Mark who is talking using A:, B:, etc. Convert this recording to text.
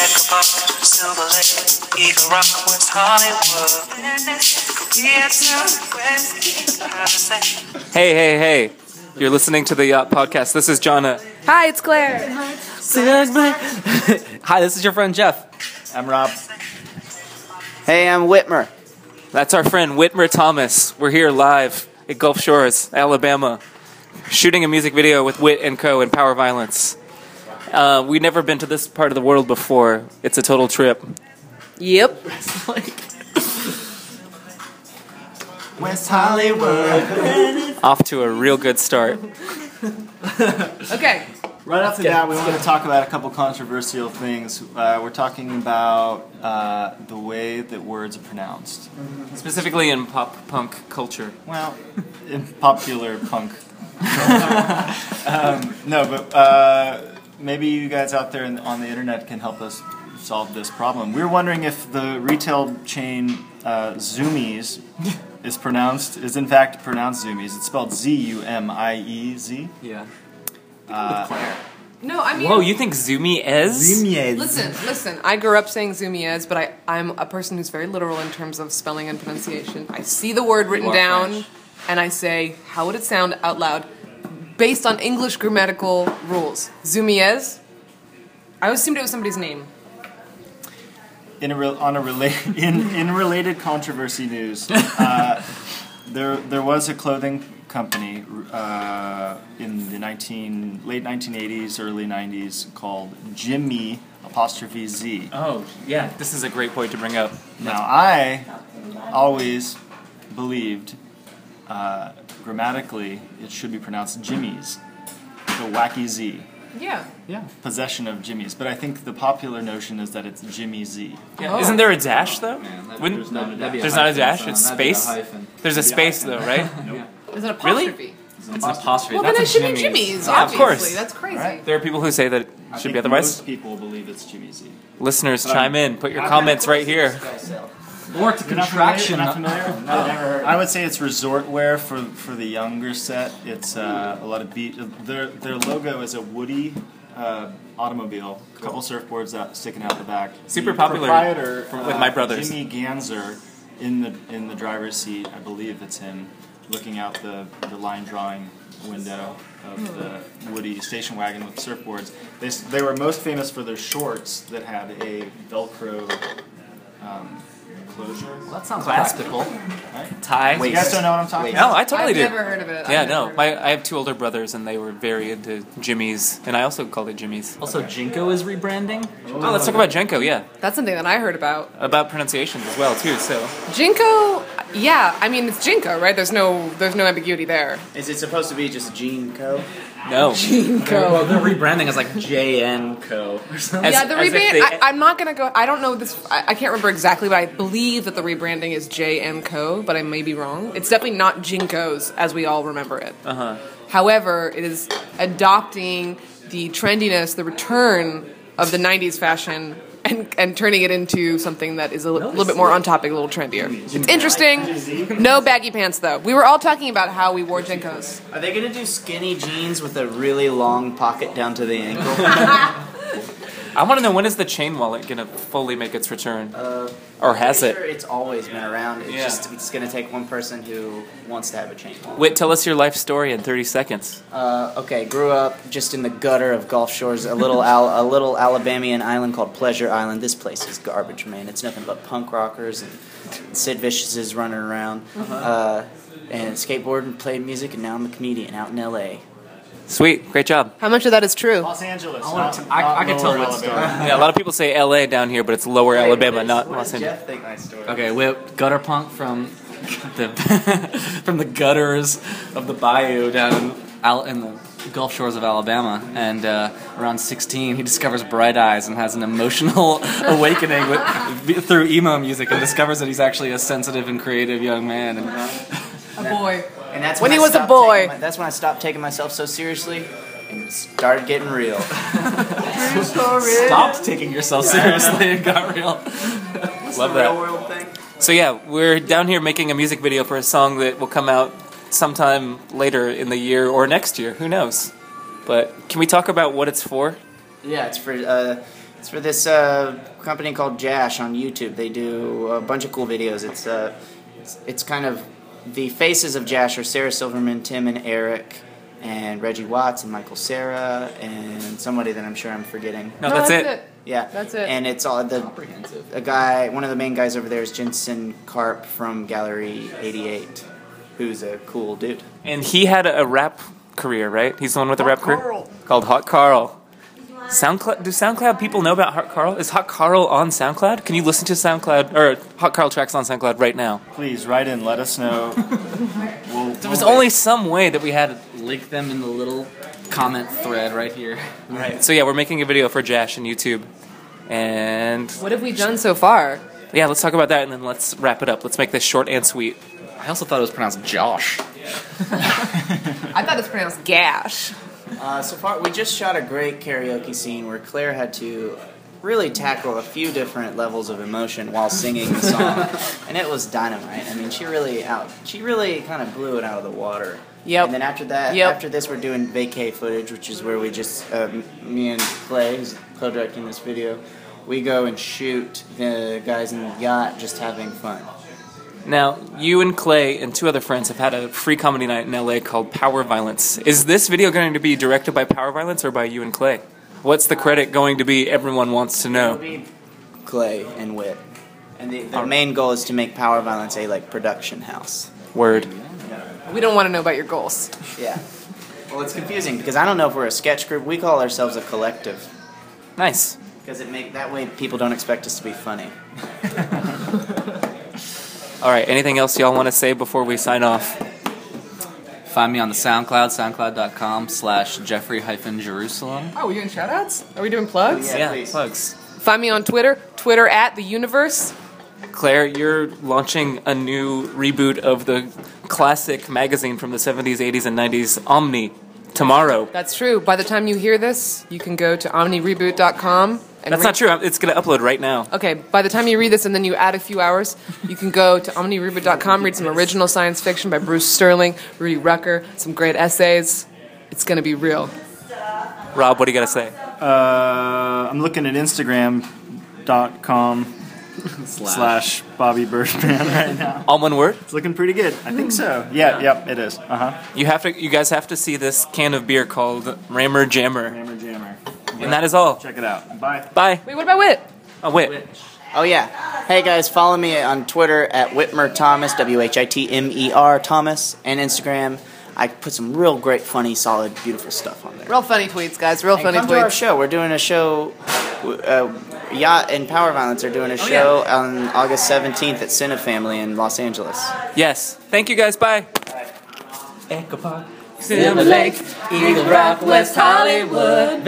A: pop, Silver Lake, Eagle Rock, West Hollywood. Korea to West, I say.
B: Hey, hey, hey. You're listening to the Yacht Podcast. This is uh, Jonna.
C: Hi, it's Claire.
D: Hi, this is your friend Jeff.
E: I'm Rob. Hey, I'm Whitmer.
B: That's our friend Whitmer Thomas. We're here live at Gulf Shores, Alabama, shooting a music video with Wit and Co. and Power Violence. Uh, we've never been to this part of the world before. It's a total trip.
C: Yep.
E: West Hollywood.
B: Off to a real good start.
C: Okay.
E: Right off the bat, we want to talk about a couple controversial things. Uh, we're talking about uh, the way that words are pronounced.
B: Specifically in pop punk culture.
E: Well, in popular punk. um, no, but uh, maybe you guys out there in, on the internet can help us solve this problem. We are wondering if the retail chain uh, Zoomies is pronounced is in fact pronounced Zoomies. It's spelled Z U M I E Z.
B: Yeah.
C: No, I mean,
B: Whoa, you think Zoomy is?
C: listen, listen. I grew up saying Zumiez, but I, I'm a person who's very literal in terms of spelling and pronunciation. I see the word written
B: are
C: down,
B: French.
C: and I say, how would it sound out loud based on English grammatical rules? Zumiez? I always assumed it was somebody's name.
E: in a re- on a rela- in in related controversy news, uh, there there was a clothing company uh, in the nineteen late nineteen eighties, early nineties called Jimmy apostrophe Z.
B: Oh, yeah. This is a great point to bring up.
E: Now I always believed uh, grammatically it should be pronounced Jimmy's, the wacky Z.
C: Yeah.
E: Yeah, possession of Jimmy's. But I think the popular notion is that it's Jimmy Z.
B: Yeah.
C: Oh.
B: Isn't there a dash though? Wouldn't-
F: That'd be
B: there's not a
F: hyphen,
B: dash.
F: son.
B: It's
F: That'd be a
B: space.
F: hyphen.
B: There's a space though, right?
C: There's an
B: Really?
C: apostrophe.
F: It's an apostrophe.
C: Well,
F: That's
C: then
B: a
C: it should be
B: Jimmy's.
C: Jimmy's,
B: Yeah, of
C: obviously.
B: course.
C: That's crazy.
E: Right.
B: There are people who say that it
E: I
B: should
E: think
B: be otherwise.
E: Most people believe it's Jimmy Z.
B: Listeners, chime in. Put your comments right here.
F: or it's a contraction.
E: Not familiar? No, never heard. I would say it's resort wear for for the younger set. It's uh, a lot of beach. Their their logo is a woody uh, automobile, a couple surfboards out sticking out the back.
B: Super
E: The
B: popular
E: proprietor,
B: from-
E: uh,
B: with my brothers.
E: Jimmy Ganzer in the in the driver's seat. I believe it's him looking out the, the line drawing window of the woody station wagon with surfboards. They, s- they were most famous for their shorts that had a Velcro um, closure.
F: That sounds
B: Classical. Tie.
E: You guys don't know what I'm talking
B: No,
E: about?
B: I totally
C: I've
B: do.
C: never heard of it. I've
B: Yeah,
C: never heard
B: no.
C: of it.
B: My, I have two older brothers, and they were very into Jimmy's, and I also called it Jimmy's. Oh,
F: Also, Jinko is rebranding.
B: let's talk about Jenko. Yeah,
C: That's something that I heard about.
B: about pronunciations as well too. So
C: Jinko, yeah, I mean it's Jinko, right? There's no there's no ambiguity there.
G: Is it supposed to be just Gene Co?
B: no.
F: Well, they're rebranding as like JN Co. or something.
B: As-
C: yeah, the
B: as if
C: rebrand.
B: they-
C: I, I'm not gonna go. I don't know this. I, I can't remember exactly, but I believe that the rebranding is J and Co. But I may be wrong. It's definitely not Jinko's as we all remember it. Uh-huh. However, it is adopting the trendiness, the return of the '90s fashion. And, and turning it into something that is a li- little bit more on topic, a little trendier. It's interesting. No baggy pants, though. We were all talking about how we wore Jinkos.
G: Are they gonna do skinny jeans with a really long pocket down to the ankle?
B: I want to know when is the chain wallet gonna fully make its return,
C: Uh,
B: or has
G: Pretty
B: it?
G: Sure it's always been around. It's
B: Yeah.
G: just it's gonna take one person who wants to have a chain. wallet.
B: Wait, tell us your life story in 30 seconds.
G: Uh, okay, grew up just in the gutter of Gulf Shores, a little Al- a little Alabamian island called Pleasure Island. This place is garbage, man. It's nothing but punk rockers and Sid Vicious is running around.
B: Uh-huh.
G: Uh, and skateboard and played music, and now I'm a comedian out in L.A.
B: Sweet, great job.
C: How much of that is true?
E: Los Angeles.
F: I
E: not-
F: want to- I-
E: not
F: I can tell
E: Lower
F: what story.
E: Alabama.
B: Yeah, a lot of people say L.A. down here, but it's Lower Alabama, not Los Angeles.
G: think my story?
F: Okay, whip gutter punk from the from the gutters of the bayou down out in the Gulf shores of Alabama, and uh, around 16, he discovers Bright Eyes and has an emotional awakening with, through emo music, and discovers that he's actually a sensitive and creative young man. And
C: A boy.
G: And that's
C: When
G: I
C: he was a
G: stopped
C: boy.
G: taking my- that's when I stopped taking myself so seriously and started getting real.
F: stopped taking yourself seriously and got real.
B: Love that. So yeah, we're down here making a music video for a song that will come out sometime later in the year or next year. Who knows? But can we talk about what it's for?
G: Yeah, it's for uh, It's for this uh, company called Jash on YouTube. They do a bunch of cool videos. It's uh, it's, it's kind of the faces of Jash are Sarah Silverman, Tim and Eric, and Reggie Watts and Michael Sarah and somebody that I'm sure I'm forgetting.
B: No, that's, it.
G: Yeah,
C: That's it.
G: And it's all the
F: Comprehensive.
G: a guy. One of the main guys over there is Jensen Karp from Gallery 88, who's a cool dude.
B: And he had a, a rap career, right? He's the one with the rap career called Hot Carl. SoundCloud? Do SoundCloud people know about Hot Carl? Is Hot Carl on SoundCloud? Can you listen to SoundCloud or Hot Carl tracks on SoundCloud right now?
E: Please write in. Let us know. we'll,
B: There was only some way that we had.
F: Link them in the little comment thread right here.
B: Right. So yeah, we're making a video for Jash and YouTube, and
C: What have we done so far?
B: yeah, let's talk about that and then let's wrap it up. Let's make this short and sweet.
F: I also thought it was pronounced Josh.
C: I thought it's pronounced gash.
G: Uh, so far, we just shot a great karaoke scene where Claire had to really tackle a few different levels of emotion while singing the song, and it was dynamite. I mean, she really out, she really kind of blew it out of the water.
C: Yep.
G: And then after that,
C: Yep.
G: after this, we're doing vacay footage, which is where we just uh, m- me and Clay, who's co-directing this video, we go and shoot the guys in the yacht just having fun.
B: Now, you and Clay and two other friends have had a free comedy night in LA called Power Violence. Is this video going to be directed by Power Violence or by you and Clay? What's the credit going to be? Everyone wants to know.
G: Clay and Wit. And the, the main goal is to make Power Violence a like production house.
B: Word.
C: We don't want to know about your goals.
G: Yeah. Well, it's confusing because I don't know if we're a sketch group. We call ourselves a collective
B: Nice.
G: because it make that way people don't expect us to be funny.
B: All right. Anything else y'all want to say before we sign off?
F: Find me on the SoundCloud, soundcloud.com slash Jeffrey hyphen Jerusalem.
C: Oh, we're doing shout outs? Are we doing plugs?
G: Yeah,
B: yeah
G: please.
B: plugs.
C: Find me on Twitter, Twitter at the universe.
B: Claire, you're launching a new reboot of the classic magazine from the 70s, 80s, and 90s, Omni, tomorrow.
C: That's true. By the time you hear this, you can go to omnireboot.com. And
B: That's
C: read-
B: not true. It's going to upload right now.
C: Okay, by the time you read this and then you add a few hours, you can go to omnireboot.com, read some original science fiction by Bruce Sterling, Rudy Rucker, some great essays. It's going to be real.
B: Rob, what do you got to say?
E: Uh, I'm looking at Instagram.com slash Bobby Bertrand right now.
B: All one word?
E: It's looking pretty good. I think so. Yeah. Yep. It is. Uh huh.
B: You have to. You guys have to see this can of beer called Rammer Jammer,
E: Hammer Jammer.
B: and that is all.
E: Check it out. Bye.
B: Bye.
C: Wait, what about Wit?
B: Oh wait.
G: Oh yeah. Hey guys, follow me on Twitter at Whitmer Thomas W H I T M E R Thomas and Instagram. I put some real great, funny, solid, beautiful stuff on there.
C: Real funny tweets, guys. Real
G: And
C: funny
G: come to our
C: tweets.
G: show. We're doing a show. Uh, Yacht and Power Violence are doing
C: Oh,
G: a show on August 17th at Cine Family in Los Angeles.
B: Yes. Thank you guys. Bye.
F: Echo Park, Silver Lake, Eagle Rock, West Hollywood.